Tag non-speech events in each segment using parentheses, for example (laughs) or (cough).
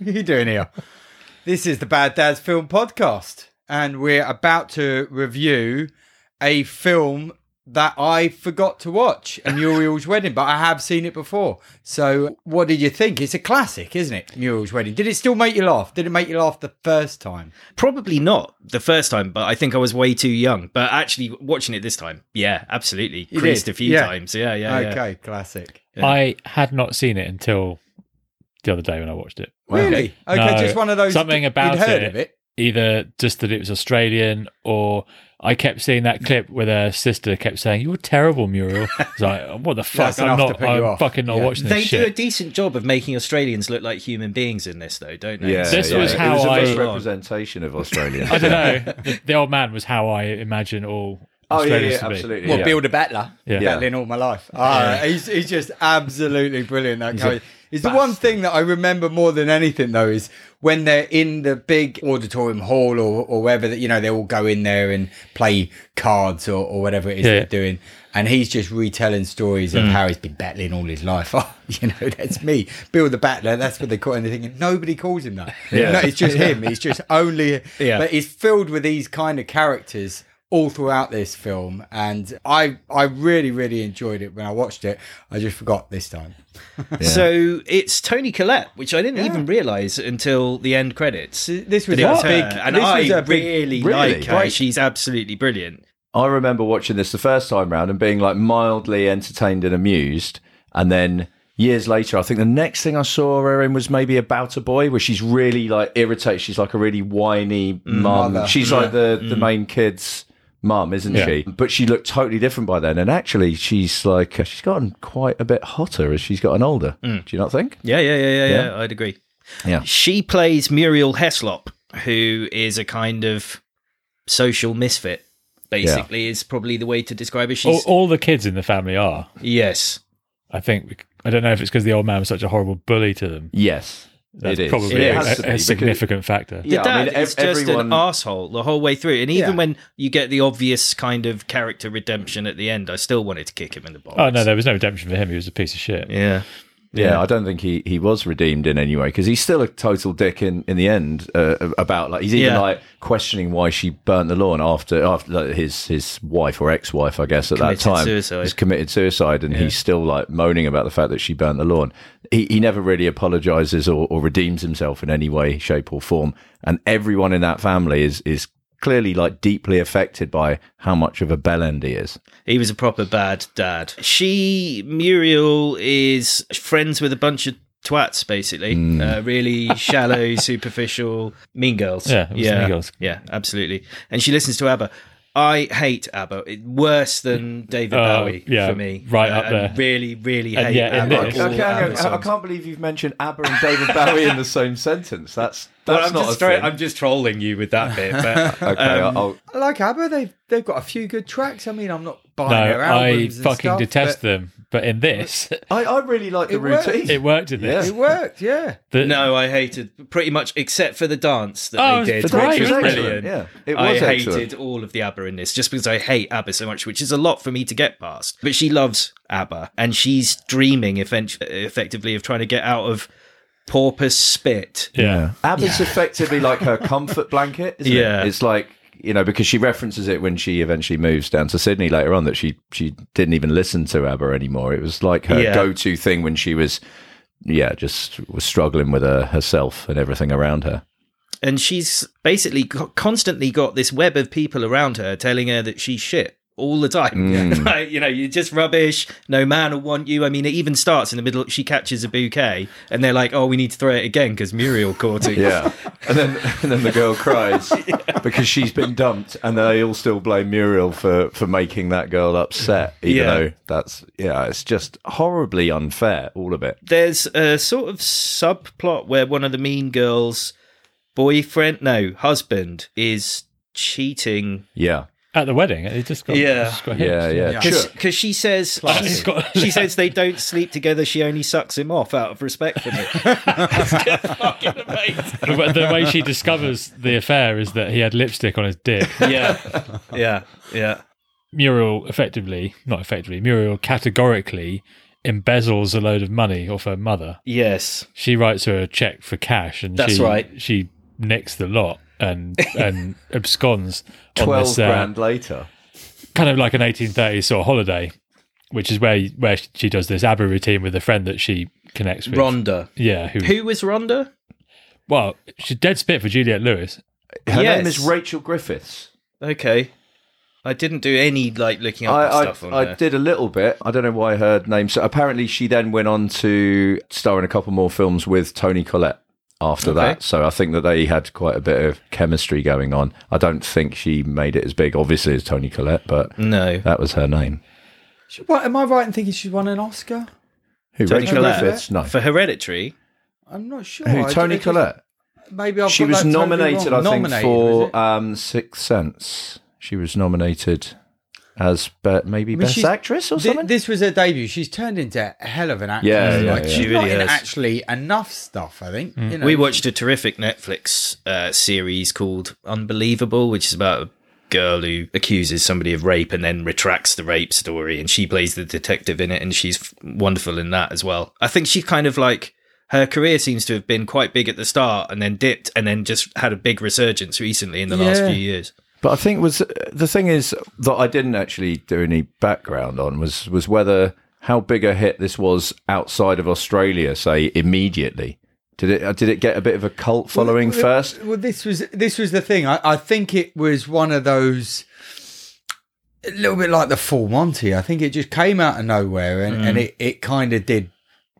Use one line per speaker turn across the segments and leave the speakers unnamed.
doing here? This is the Bad Dads Film Podcast, and we're about to review a film that I forgot to watch, a Muriel's Wedding, but I have seen it before. So, what did you think? It's a classic, isn't it? Muriel's Wedding. Did it still make you laugh? Did it make you laugh the first time?
Probably not the first time, but I think I was way too young. But actually, watching it this time, yeah, absolutely.
You
Creased
did?
a few
Yeah.
times. Yeah, yeah. yeah.
okay, classic.
Yeah.
I had not seen it until the other day when I watched it.
Really? Okay,
No,
just one of those.
something
you'd
about
heard
it.
of it.
Either just that it was Australian, or I kept seeing that clip where her sister kept saying, "You're terrible, Muriel." I was like, "What the fuck?
That's enough
I'm
to
not.
put you
I'm
off."
fucking not
Yeah.
watching this
They
shit."
do a decent job of making Australians look like human beings in this, though, don't they?
Yeah,
This
yeah.
was
it
how
was a
I-
best representation of (laughs) Australia.
I don't know. The, the old man was how I imagine all
Oh yeah,
Australians
yeah,
to be.
absolutely.
Well,
yeah.
build a battler.
Yeah.
Yeah.
Battling all my life. Ah, he's, he's just absolutely brilliant, that guy. It's the one thing that I remember more than anything, though, is when they're in the big auditorium hall or, or wherever, that you know, they all go in there and play cards or, or whatever it is
Yeah.
they're doing. And he's just retelling stories
Mm.
of how he's been battling all his life. (laughs) Oh, you know, that's me, Bill the Battler. That's what they call him. And they're thinking, nobody calls him that.
Yeah.
No, it's
(laughs)
just him. It's just (laughs) only.
Yeah.
But it's filled with these kind of characters all throughout this film, and I I really really enjoyed it when I watched it. I just forgot this time.
So it's Tony Collette, which I didn't even realise until the end credits.
This was
That it was
a
her,
big.
and
this
I
was a big.
really,
Really?
like her.
Right.
She's absolutely brilliant.
I remember watching this the first time round and being like mildly entertained and amused, and then years later, I think the next thing I saw her in was maybe About a Boy, where she's really like irritated. She's like a really whiny mum.
Mother.
She's like the the main kid's mum, isn't
Yeah.
she? But she looked totally different by then, and actually, she's like uh, she's gotten quite a bit hotter as she's gotten older. Do you not think?
Yeah, yeah, yeah, yeah, yeah,
Yeah.
I'd agree.
Yeah.
She plays Muriel Heslop, who is a kind of social misfit. Basically, is probably the way to describe her.
All,
Oh,
She's
all the kids in the family are.
yes,
I think. I don't know if it's because the old man was such a horrible bully to them.
Yes,
That's
it is.
probably
It
a,
has
a
to be, because-
significant factor.
Yeah,
the
I
dad
mean, ev-
is just an
everyone-
asshole the whole way through, and even
Yeah.
when you get the obvious kind of character redemption at the end, I still wanted to kick him in the balls.
Oh no, there was no redemption for him. He was a piece of shit.
yeah,
Yeah, I don't think he, he was redeemed in any way because he's still a total dick in, in the end. Uh, about like he's even
Yeah.
like questioning why she burnt the lawn after after like, his his wife or ex wife, I guess at
Committed
that time,
suicide.
has committed suicide, and he's still like moaning about the fact that she burnt the lawn. He he never really apologizes or, or redeems himself in any way, shape, or form. And everyone in that family is is clearly like deeply affected by how much of a bell end he is.
He was a proper bad dad. She, Muriel, is friends with a bunch of twats, basically.
Hmm.
Uh, really shallow, (laughs) superficial, mean girls.
Yeah, it was
yeah,
Mean Girls.
Yeah, absolutely. And she listens to ABBA. I hate ABBA. It, worse than David
Oh,
Bowie
yeah,
for me. Uh,
right up
and
there.
Really, really
And
hate
yeah, in
ABBA.
this-
all
Okay,
ABBA
I
songs.
can't believe you've mentioned ABBA and David Bowie in the same sentence. That's
(laughs) Well,
that's
I'm,
not
just
a
tro-
thing.
I'm um, just trolling you with that bit. (laughs) But
Okay, I'll,
I like ABBA. They've they've got a few good tracks. I mean, I'm not buying
No,
their
I
albums. and
fucking
stuff,
detest
but
them. But in this, (laughs)
I, I really like the
It worked.
routine.
it worked in this.
Yeah.
(laughs) It worked, yeah.
The-
no, I hated pretty much except for the dance that
Oh,
they did,
it's
which
great,
was
wasn't it?
brilliant.
Yeah, it
I
was excellent.
hated all of the ABBA in this just because I hate ABBA so much, which is a lot for me to get past. But she loves ABBA and she's dreaming effen- effectively of trying to get out of porpoise spit.
Yeah.
ABBA's effectively like her comfort blanket, isn't
Yeah.
it? It's like you know because she references it when she eventually moves down to Sydney later on that she she didn't even listen to ABBA anymore. It was like her
Yeah.
go-to thing when she was yeah just was struggling with her, herself and everything around her.
And she's basically co- constantly got this web of people around her telling her that she's shit all the time.
Mm.
(laughs) like, you know, you're just rubbish. No man will want you. I mean, it even starts in the middle. She catches a bouquet and they're like, oh, we need to throw it again because Muriel caught it.
(laughs) Yeah, and then and then the
(laughs)
girl cries because she's been dumped, and they all still blame Muriel for for making that girl upset. Even
Yeah.
though that's yeah, it's just horribly unfair, all of it.
there's a sort of subplot where one of the mean girls boyfriend no husband is cheating
Yeah,
At the wedding, it just got
Yeah.
just got
yeah,
hit.
yeah.
Yeah.
Sure.
because she says
Classy. Got-
she says they don't sleep together she only sucks him off out of respect for me
But (laughs) the way she discovers the affair is that he had lipstick on his dick.
yeah (laughs) yeah yeah
Muriel effectively, not effectively, Muriel categorically embezzles a load of money off her mother.
Yes.
She writes her a check for cash, and
That's
she,
right.
She nicks the lot and and absconds on
Twelve
this uh,
grand later.
kind of like an 1830s sort of holiday, which is where where she does this ABBA routine with a friend that she connects with.
Rhonda.
Yeah, who,
Who was Rhonda?
Well, she's dead spit for Juliet Lewis.
Her
Yes.
name is Rachel Griffiths.
Okay. I didn't do any like looking
I,
up
I,
stuff on
I
there.
did a little bit. I don't know why her name. So apparently, she then went on to star in a couple more films with Tony Collette after
Okay.
that. So I think that they had quite a bit of chemistry going on. I don't think she made it as big, obviously, as Tony Collette, but
No.
that was her name.
She- What am I right in thinking she's won an Oscar?
Who?
Toni
Rachel
Collette?
Griffiths? No.
For Hereditary.
I'm not sure. I
Who?
don't-
Tony
it just-
Collette.
Maybe I've
She
got
was
that totally
nominated, I
wrong.
think,
Nominated, was
for
it?
um, Sixth Sense. She was nominated as be- maybe best
she's-
actress or
Thi-
something.
this was her debut. She's turned into a hell of an actress.
Yeah, yeah,
like,
yeah.
She's
She
not
really
in
has.
actually enough stuff. I think you know,
Um,
We watched a terrific Netflix uh, series called Unbelievable, which is about a girl who accuses somebody of rape and then retracts the rape story, and she plays the detective in it, and she's f- wonderful in that as well. I think she kind of like her career seems to have been quite big at the start and then dipped and then just had a big resurgence recently in the last
Yeah.
few years.
But I think was the thing is that I didn't actually do any background on was was whether how big a hit this was outside of Australia, say immediately. Did it uh, did it get a bit of a cult following
Well,
first?
Well, this was this was the thing. I, I think it was one of those a little bit like the Full Monty. I think it just came out of nowhere and, and it, it kind of did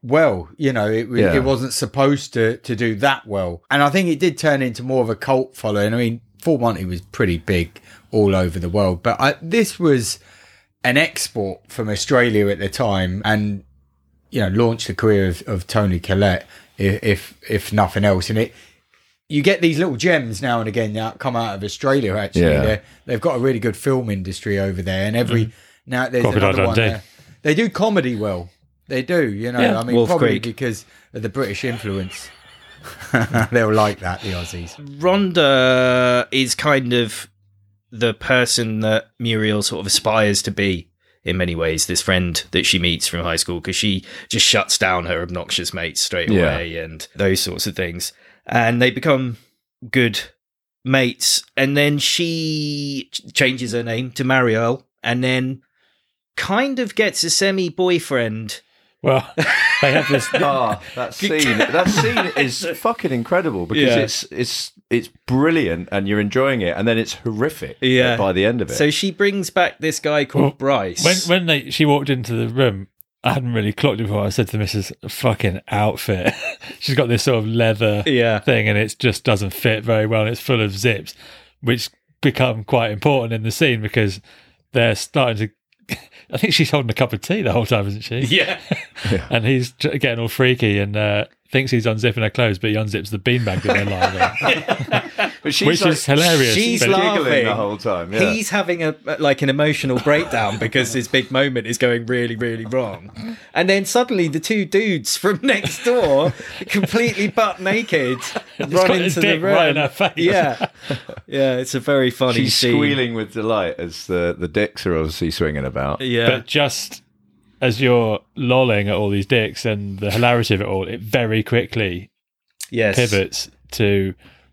well. You know, it was-
Mm. Yeah.
it wasn't supposed to to do that well, and I think it did turn into more of a cult following. I mean, Full Monty was pretty big all over the world, but I, this was an export from Australia at the time, and you know launched the career of, of Tony Collette, if, if if nothing else. And it, you get these little gems now and again that come out of Australia. Actually,
Yeah.
They're, they've got a really good film industry over there, and every
Mm-hmm.
now there's
Crocodile
another one.
Dundee.
There. They do comedy well. They do, you know. I mean,
Wolf
probably
Creek.
because of the British influence. (laughs) They'll like that, the Aussies.
Rhonda is kind of the person that Muriel sort of aspires to be in many ways. This friend that she meets from high school because she just shuts down her obnoxious mates straight
Yeah.
away and those sorts of things, and they become good mates. And then she ch- changes her name to Mariel, and then kind of gets a semi boyfriend.
Well, they have this.
Ah,
(laughs)
that scene that scene is fucking incredible because
Yeah.
it's it's it's brilliant and you're enjoying it and then it's horrific
Yeah.
by the end of it.
So she brings back this guy called
Well,
Bryce.
when when they, she walked into the room, I hadn't really clocked it before. I said to the missus, "Fucking outfit." (laughs) She's got this sort of leather
yeah.
thing, and it just doesn't fit very well. And it's full of zips, which become quite important in the scene because they're starting to. (laughs) I think she's holding a cup of tea the whole time, isn't she?
(laughs) Yeah.
And he's j- getting all freaky and uh, thinks he's unzipping her clothes, but he unzips the beanbag that they're lying on.
(laughs)
but she's
which is hilarious.
she's
but-
like-
giggling the
laughing.
whole time. Yeah.
He's having a like an emotional breakdown because his big moment is going really, really wrong. And then suddenly the two dudes from (laughs) next door, completely butt naked,
got
run
his
into the
dick
room.
right in her face.
Yeah, yeah, it's a very funny
She's
scene.
squealing with delight as the, the dicks are obviously swinging about.
Yeah,
But just as you're lolling at all these dicks and the hilarity of it all, it very quickly
yes.
pivots to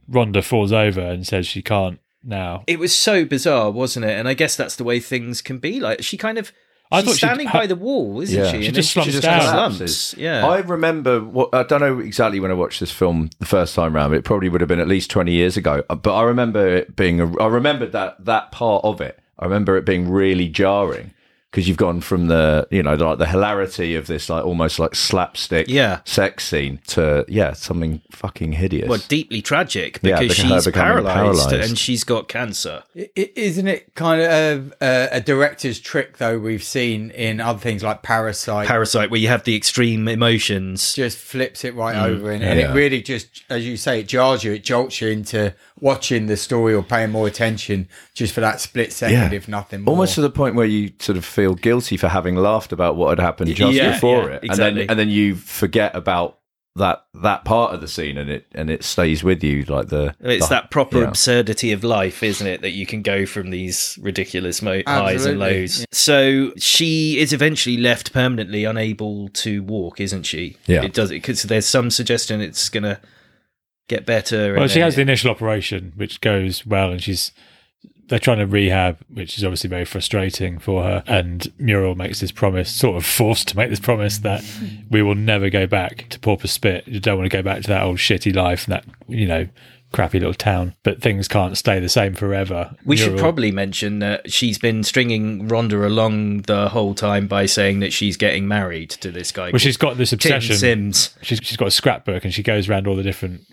Rhonda falls over and says she can't now.
It was so bizarre, wasn't it? And I guess that's the way things can be. Like she kind of,
I
she's
thought she'd-
standing by the wall, isn't
Yeah.
she?
She
And
just
then
slumps
just
down.
collapses.
slumps, yeah.
I remember. What, I don't know exactly when I watched this film the first time round. It probably would have been at least twenty years ago. Uh, But I remember it being. A, I remember that that part of it. I remember it being really jarring because you've gone from the you know like the hilarity of this like almost like slapstick
Yeah.
sex scene to yeah something fucking hideous.
well, deeply tragic
Yeah,
because
because her
she's
becoming
paralyzed
paralysed.
and she's got cancer.
I- i- Isn't it kind of uh, a director's trick, though? We've seen in other things like Parasite,
Parasite, where you have the extreme emotions.
just flips it
Mm.
right over and, and
Yeah.
it really just as you say it jars you it jolts you into watching the story or paying more attention just for that split second if nothing more.
Almost to the point where you sort of feel guilty for having laughed about what had happened just
yeah,
before
yeah,
it, and
exactly.
then and then you forget about that that part of the scene and it and it stays with you like the
It's
the-
that proper
yeah.
absurdity of life, isn't it? That you can go from these ridiculous mo- highs
Absolutely.
and lows. So she is eventually left permanently unable to walk, isn't she?
Yeah.
It does it because there's some suggestion it's going to get better. and
Well, she
then
has the
it-
initial operation, which goes well, and she's they're trying to rehab, which is obviously very frustrating for her. And Muriel makes this promise, sort of forced to make this promise that we will never go back to Pauper Spit. You don't want to go back to that old shitty life and that you know crappy little town. But things can't stay the same forever.
We should
Muriel-
probably mention that she's been stringing Rhonda along the whole time by saying that she's getting married to this guy.
Well, she's got this
called Tim
obsession.
Sims.
she's she's got a scrapbook and she goes around all the different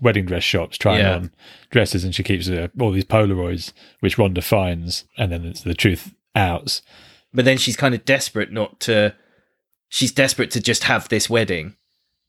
wedding dress shops trying
Yeah.
on dresses and she keeps uh, all these polaroids which Rhonda finds and then it's the truth out.
but then she's kind of desperate not to she's desperate to just have this wedding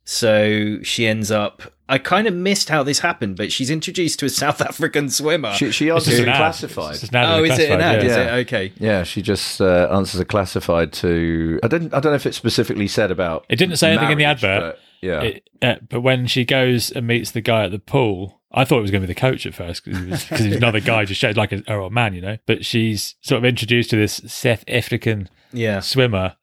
so she ends up i kind of missed how this happened but she's introduced to a south (laughs) african swimmer
she, she
It's
answers
just
a
an ad.
classified
It's just an ad
oh
in a
is it an
classified,
ad
yeah.
is
yeah.
it okay
yeah she just uh, answers a classified to i didn't i don't know if it specifically said about
It didn't say anything in the
marriage,
advert.
but yeah
It- uh, but when she goes and meets the guy at the pool, I thought it was going to be the coach at first because he was, 'cause he
(laughs)
was another guy just showed like a, her old man, you know. But she's sort of introduced to this Seth African
(laughs) yeah
swimmer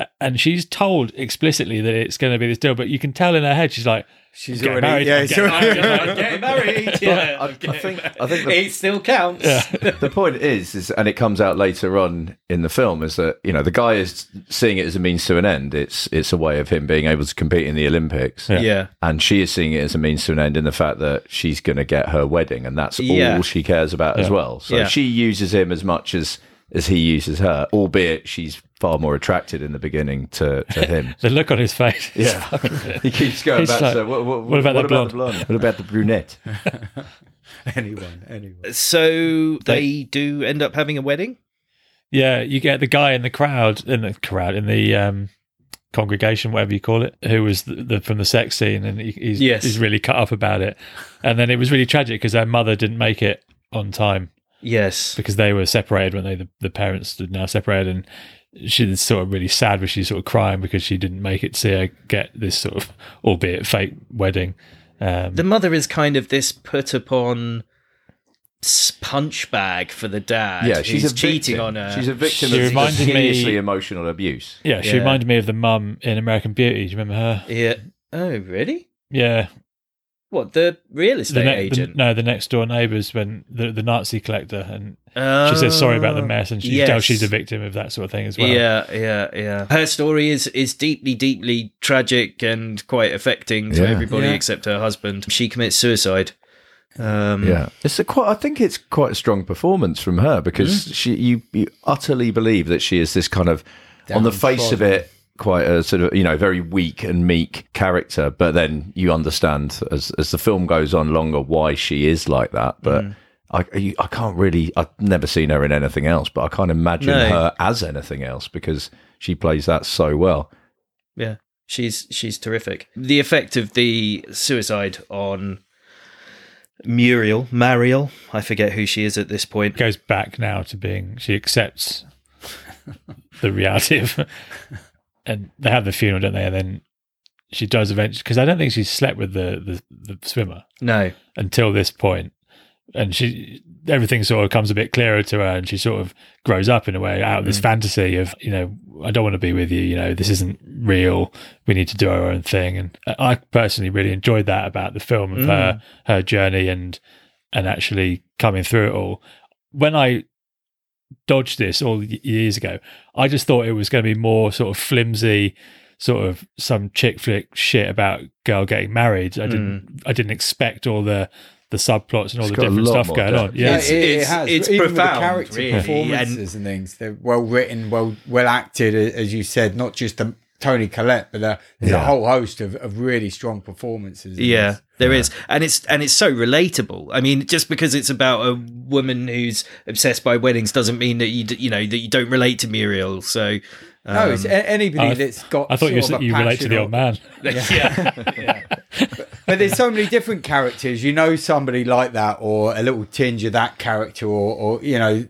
a- and she's told explicitly that it's going to be this deal but you can tell in her head she's like
She's
Get
already
married,
yeah,
I'm
it's
getting
already-
married.
(laughs)
(laughs)
getting (laughs) married yeah,
I- I think- I think the-
it still counts
(laughs)
the point is, is, and it comes out later on in the film, is that you know the guy is seeing it as a means to an end. It's it's a way of him being able to compete in the Olympics,
(laughs)
Yeah.
yeah
and she is seeing it as a means to an end in the fact that she's going to get her wedding, and that's
Yeah.
all she cares about as well. So
Yeah.
she uses him as much as as he uses her, albeit she's far more attracted in the beginning to
(laughs)
to him.
the look on his face is
Yeah. He keeps going
He's
back.
like,
so what, what,
"What about
what
the
about the
blonde?"
blonde? What about the brunette?
anyone, anyone.
so they do end up having a wedding
Yeah, you get the guy in the crowd, in the crowd, in the um, congregation, whatever you call it, who was the, the, from the sex scene, and he, he's
Yes.
he's really cut up about it. And then it was really tragic because her mother didn't make it on time
yes
because they were separated when they the, the parents had now separated, and she's sort of really sad, but she's sort of crying because she didn't make it to see her get this sort of albeit fake wedding. Um,
the mother is kind of this put upon s- punch bag for the dad.
Yeah, she's
who's
a
cheating
victim.
on her.
She's a victim
She
of
reminded me-
hideously emotional abuse.
yeah, she
yeah.
reminded me of the mum in American Beauty. Do you remember her?
yeah. Oh, really? Yeah.
Yeah,
What the real estate
the, ne- the-
agent?
no, the next door neighbors when the the Nazi collector and
Oh,
She says sorry about the mess, and she
yes.
tells she's a victim of that sort of thing as well.
Yeah, yeah, yeah. Her story is is deeply, deeply tragic and quite affecting to
Yeah.
everybody
Yeah.
except her husband. She commits suicide. Um,
Yeah, Mm. it's a quite. I think it's quite a strong performance from her because she you, you utterly believe that she is this kind of on the face of it quite a sort of you know very weak and meek character, but then you understand as as the film goes on longer why she is like that, but. I, you- I can't really. I've never seen her in anything else, but I can't imagine
No.
her as anything else because she plays that so well.
yeah she's she's terrific the effect of the suicide on muriel mariel i forget who she is at this point
Goes back now to being she accepts the reality of, (laughs) and they have the funeral, don't they? And then she does eventually because I don't think she slept with the, the the swimmer
no
until this point, and she everything sort of comes a bit clearer to her, and she sort of grows up in a way out of this fantasy of you know I don't want to be with you, you know this isn't real. We need to do our own thing, and I- I personally really enjoyed that about the film of her her journey and and actually coming through it all. When I dodged this all y- years ago, I just thought it was going to be more sort of flimsy. Sort of some chick flick shit about girl getting married. I didn't, I didn't expect all the the subplots and all
Hmm. It's
the
got a
different
lot
stuff
more
going
depth.
on. Yeah,
It's- it's- it's
Even with
profound,
the character
really,
performances and things. They're well written, well well acted, a- as you said. Not just the Tony Collette, but uh, there's a whole host of, of really strong performances. in
yeah
this.
there is, and it's and it's so relatable i mean just because it's about a woman who's obsessed by weddings doesn't mean that you d- you know that you don't relate to muriel so um,
No, it's a- anybody
Um, I-
that's got.
I thought you
sort
said
of a
you relate to
passion
the
or-
old man.
But there's so many different characters. You know somebody like that, or a little tinge of that character, or, or you know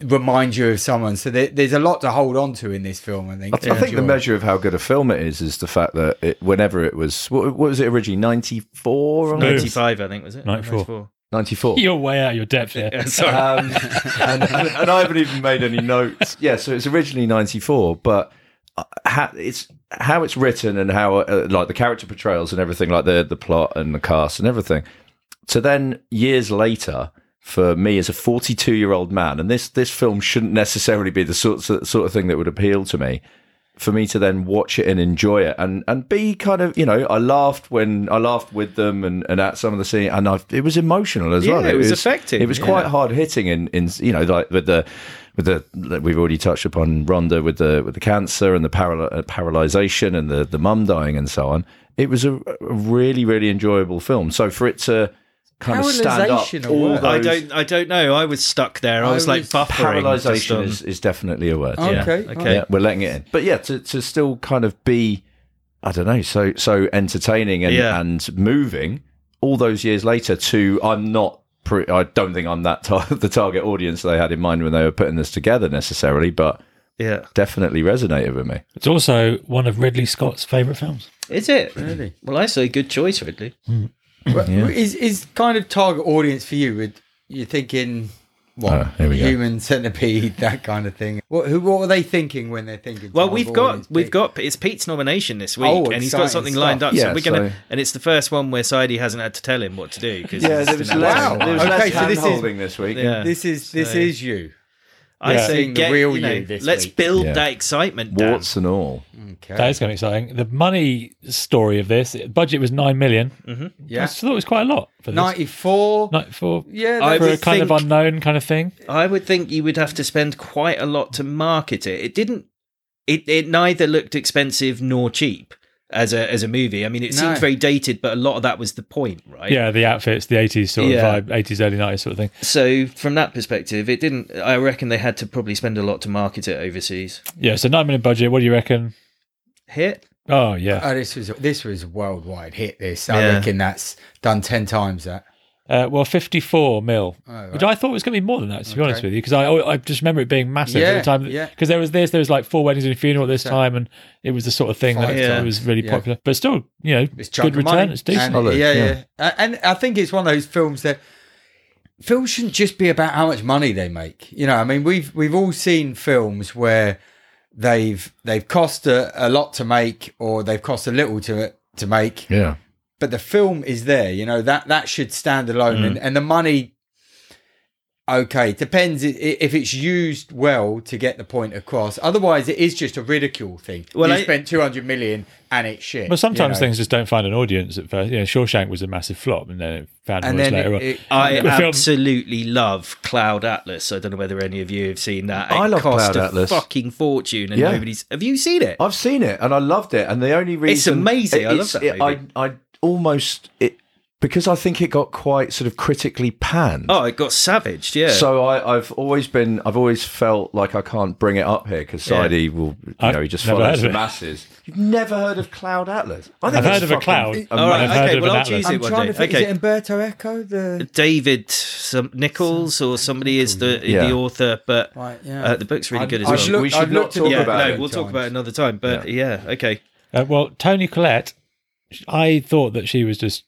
reminds you of someone. So there, there's a lot to hold on to in this film. I think.
I,
to
I think the
enjoy.
measure of how good a film it is is the fact that it, whenever it was, what, what was it originally, 94 or
No.
95, I think, was it?
94. (laughs)
94?
You're way out of your depth here.
Yeah, (laughs) sorry.
um, and, and, and I haven't even made any notes. Yeah, so it's originally '94, but uh, how it's how it's written and how uh, like the character portrayals and everything, like the the plot and the cast and everything. So then years later, for me as a 42 year old man, and this this film shouldn't necessarily be the sort sort of thing that would appeal to me for me to then watch it and enjoy it and and be kind of you know I laughed when I laughed with them and, and at some of the scene and I it was emotional as
Yeah,
well
it was affecting,
it was
yeah.
quite hard hitting in in you know like with the with the like we've already touched upon Rhonda with the with the cancer and the paral- uh, paralyzation and the the mum dying and so on it was a, a really really enjoyable film so for it to kind of stand up
Paralyzation, a
all
word.
I
those-
don't. I don't know. I was stuck there. I,
I
was like
was-
buffering. just um,
Paralysation
on-
is, is definitely a word.
Okay,
yeah.
okay.
okay.
Yeah, we're letting it in. But yeah, to, to still kind of be, I don't know, so so entertaining and,
Yeah.
and moving all those years later to I'm not. Pre- I don't think I'm that (laughs) tar- the target audience they had in mind when they were putting this together necessarily, but
yeah.
definitely resonated with me.
It's also one of Ridley Scott's favourite films.
Is it really? Well, I say good choice, Ridley.
But Is is kind of target audience for you? Would you're thinking what
Uh,
Oh, here we go.
human centipede (laughs) that kind of thing? What who what are they thinking when they're thinking?
Well,
target
we've got
audience?
we've got it's Pete's nomination this week,
Oh,
and he's got
exciting
something
stuff.
lined up.
Yeah,
so we're gonna,
so-
and it's the first one where Sidey hasn't had to tell him what to do. Cause he's announced
less-
it.
there was less hand-holding
this week.
Yeah.
this is this
So-
is you.
I
Yeah.
say
Seeing the
get,
real
you know,
you this
let's
week.
build
Yeah.
that excitement. Dan.
Warts and all.
That
Okay,
is kind of exciting. The money story of this the budget was nine million. I
yeah,
just thought it was quite a lot for this.
ninety four.
Night for
Yeah,
I
for a
would
kind
think-
of unknown kind of thing.
I would think you would have to spend quite a lot to market it. It didn't. It it neither looked expensive nor cheap as a as a movie. I mean, it
No.
seemed very dated, but a lot of that was the point, right?
Yeah, the outfits, the eighties sort
Yeah.
of vibe, eighties, early nineties sort of thing.
So from that perspective, it didn't. I reckon they had to probably spend a lot to market it overseas.
Yeah, so nine million budget. What do you reckon?
Hit.
Oh yeah,
Oh, this was this was a worldwide hit. This I
Yeah.
reckon that's done ten times that.
uh, well fifty-four mil, which I thought was going to be more than that. To be honest
Oh, Okay.
with you, because I I just remember it being massive at
Yeah,
the time.
yeah.
Because there was this, there was like four weddings and a funeral at this
So-
time, and it was the sort of thing that
Five
times.
was really
Yeah.
popular. But still, you know,
It's chunk
good
of money.
return. It's decent.
And,
Solid,
yeah,
yeah.
yeah, A- And I think it's one of those films that films shouldn't just be about how much money they make. You know, I mean, we've we've all seen films where they've they've cost a, a lot to make or they've cost a little to to make,
Yeah.
but the film is there. You know that that should stand alone,
Mm.
and, and the money. Okay, depends i- i- if it's used well to get the point across. Otherwise, it is just a ridicule thing.
Well,
you
I-
spent two hundred million and it's shit.
Well, sometimes
you know?
things just don't find an audience at first. You know, Shawshank was a massive flop, and then it found an
and
audience
then
later
it,
on.
it-
I
The film-
absolutely love Cloud Atlas. I don't know whether any of you have seen that. It
I love
cost
Cloud
a
Atlas.
Fucking fortune, and
Yeah.
nobody's. Have you seen it?
I've seen it and I loved it. And the only reason
amazing. I love that
it-
movie.
I I almost it because I think it got quite sort of critically panned.
oh, it got savaged. Yeah.
So I, I've always been, I've always felt like I can't bring it up here because
Yeah.
Saidi will, you
I've
know, he just
never heard
follows
of
the
it.
masses. You've never heard of Cloud Atlas? I think
I've
that's
heard of a
fucking
cloud.
amazing.
All right.
I've heard
Okay.
of
Well,
an
I'll
atlas.
choose
I'm
it one
trying
day.
to think. Is
okay.
it Umberto Eco? The
David some Nichols or somebody is the
Yeah.
the author, but
Right, yeah.
uh, the book's really good as
I
well.
should look-
we should
I've
not
looked at
talk
it.
yeah,
about
no,
it.
we'll talk
times.
about it another time. But yeah, okay.
Uh, well, Tony Collette, I thought that she was just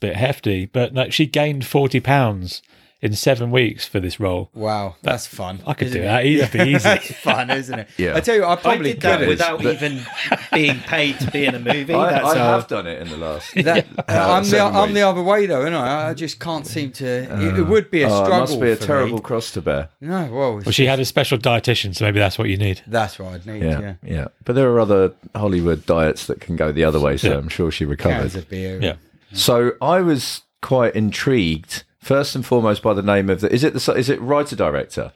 a bit hefty, but no, she gained forty pounds in seven weeks for this role.
wow, that's fun.
I could
isn't
do
it?
that. e- That'd be
(laughs)
easy.
(laughs) That's fun, isn't it?
Yeah.
I tell you, I probably
I did that
could
without even being paid to be
(laughs)
in a movie.
I,
That's
I
how-
have done it in the
(laughs)
last.
That,
Yeah.
I'm, the,
Seven
I'm the
ways.
other way though, and I, I just can't seem to. it, it would be a
Oh,
struggle.
it must be a
for me.
terrible cross to bear.
No, well, it's
Well, she had a special dietitian, so maybe that's what you need.
that's what I'd need.
Yeah,
Yeah,
yeah, But there are other Hollywood diets that can go the other way, so
Yeah.
I'm sure she recovered.
cans of beer.
Yeah.
So I was quite intrigued. First and foremost, by the name of the is it the is it writer director?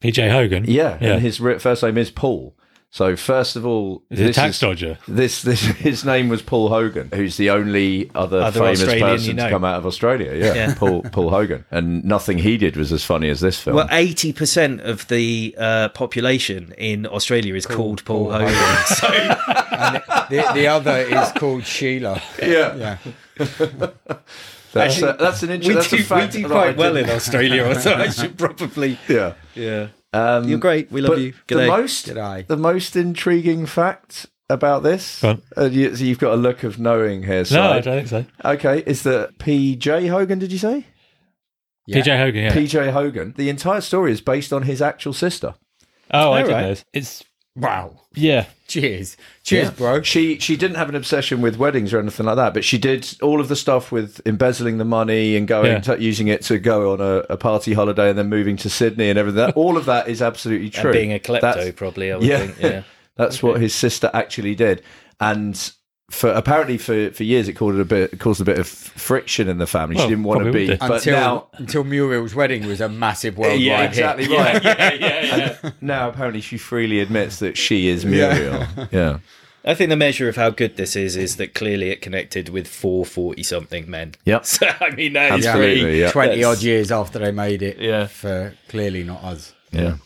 PJ Hogan.
Yeah,
yeah.
and his re- first name is Paul. So first of all,
He's a tax
is-
dodger.
This, this, (laughs) his name was Paul Hogan, who's the only other,
Other
famous
Australian
person
you know.
to come out of Australia. Yeah,
Yeah.
Paul Paul Hogan, and nothing he did was as funny as this film.
Well, eighty percent of the uh, population in Australia is called Paul
Paul
Hogan. so
The, the other is called Sheila.
yeah,
Yeah,
that's, a, that's an interesting.
we
that's a
do, we
fact
do
that I (laughs)
quite well in
didn't-
Australia, so I should probably
(laughs) Yeah,
yeah.
Um,
You're great. We love
but
you.
The
G'day.
most,
G'day.
the most intriguing fact about this,
Go on.
uh, you, so you've got a look of knowing here.
No, I
So,
don't think so.
okay, is that PJ Hogan? Did you say
Yeah.
PJ Hogan. Yeah.
PJ Hogan? The entire story is based on his actual sister.
oh, I didn't
Alright.
know this. It's
Wow.
yeah.
Cheers. Cheers,
Yeah.
bro.
She she didn't have an obsession with weddings or anything like that, but she did all of the stuff with embezzling the money and going
Yeah.
to, using it to go on a, a party holiday and then moving to Sydney and everything. That, all of that is absolutely true.
And being a klepto,
That's-
probably. I would
Yeah.
think. Yeah.
That's what his sister actually did, and for apparently for, for years it caused a bit caused a bit of friction in the family.
Well,
she didn't want to
probably
be,
would do.
but
until
now
until Muriel's wedding was a massive worldwide
yeah, exactly right.
yeah, yeah.
Now apparently she freely admits that she is Muriel. Yeah,
I think the measure of how good this is is that clearly it connected with four something men.
Yep.
So I mean that is
Absolutely,
pretty.
yeah.
hit. Twenty
That's-
odd years after they made it.
Yeah.
For clearly not us.
yeah.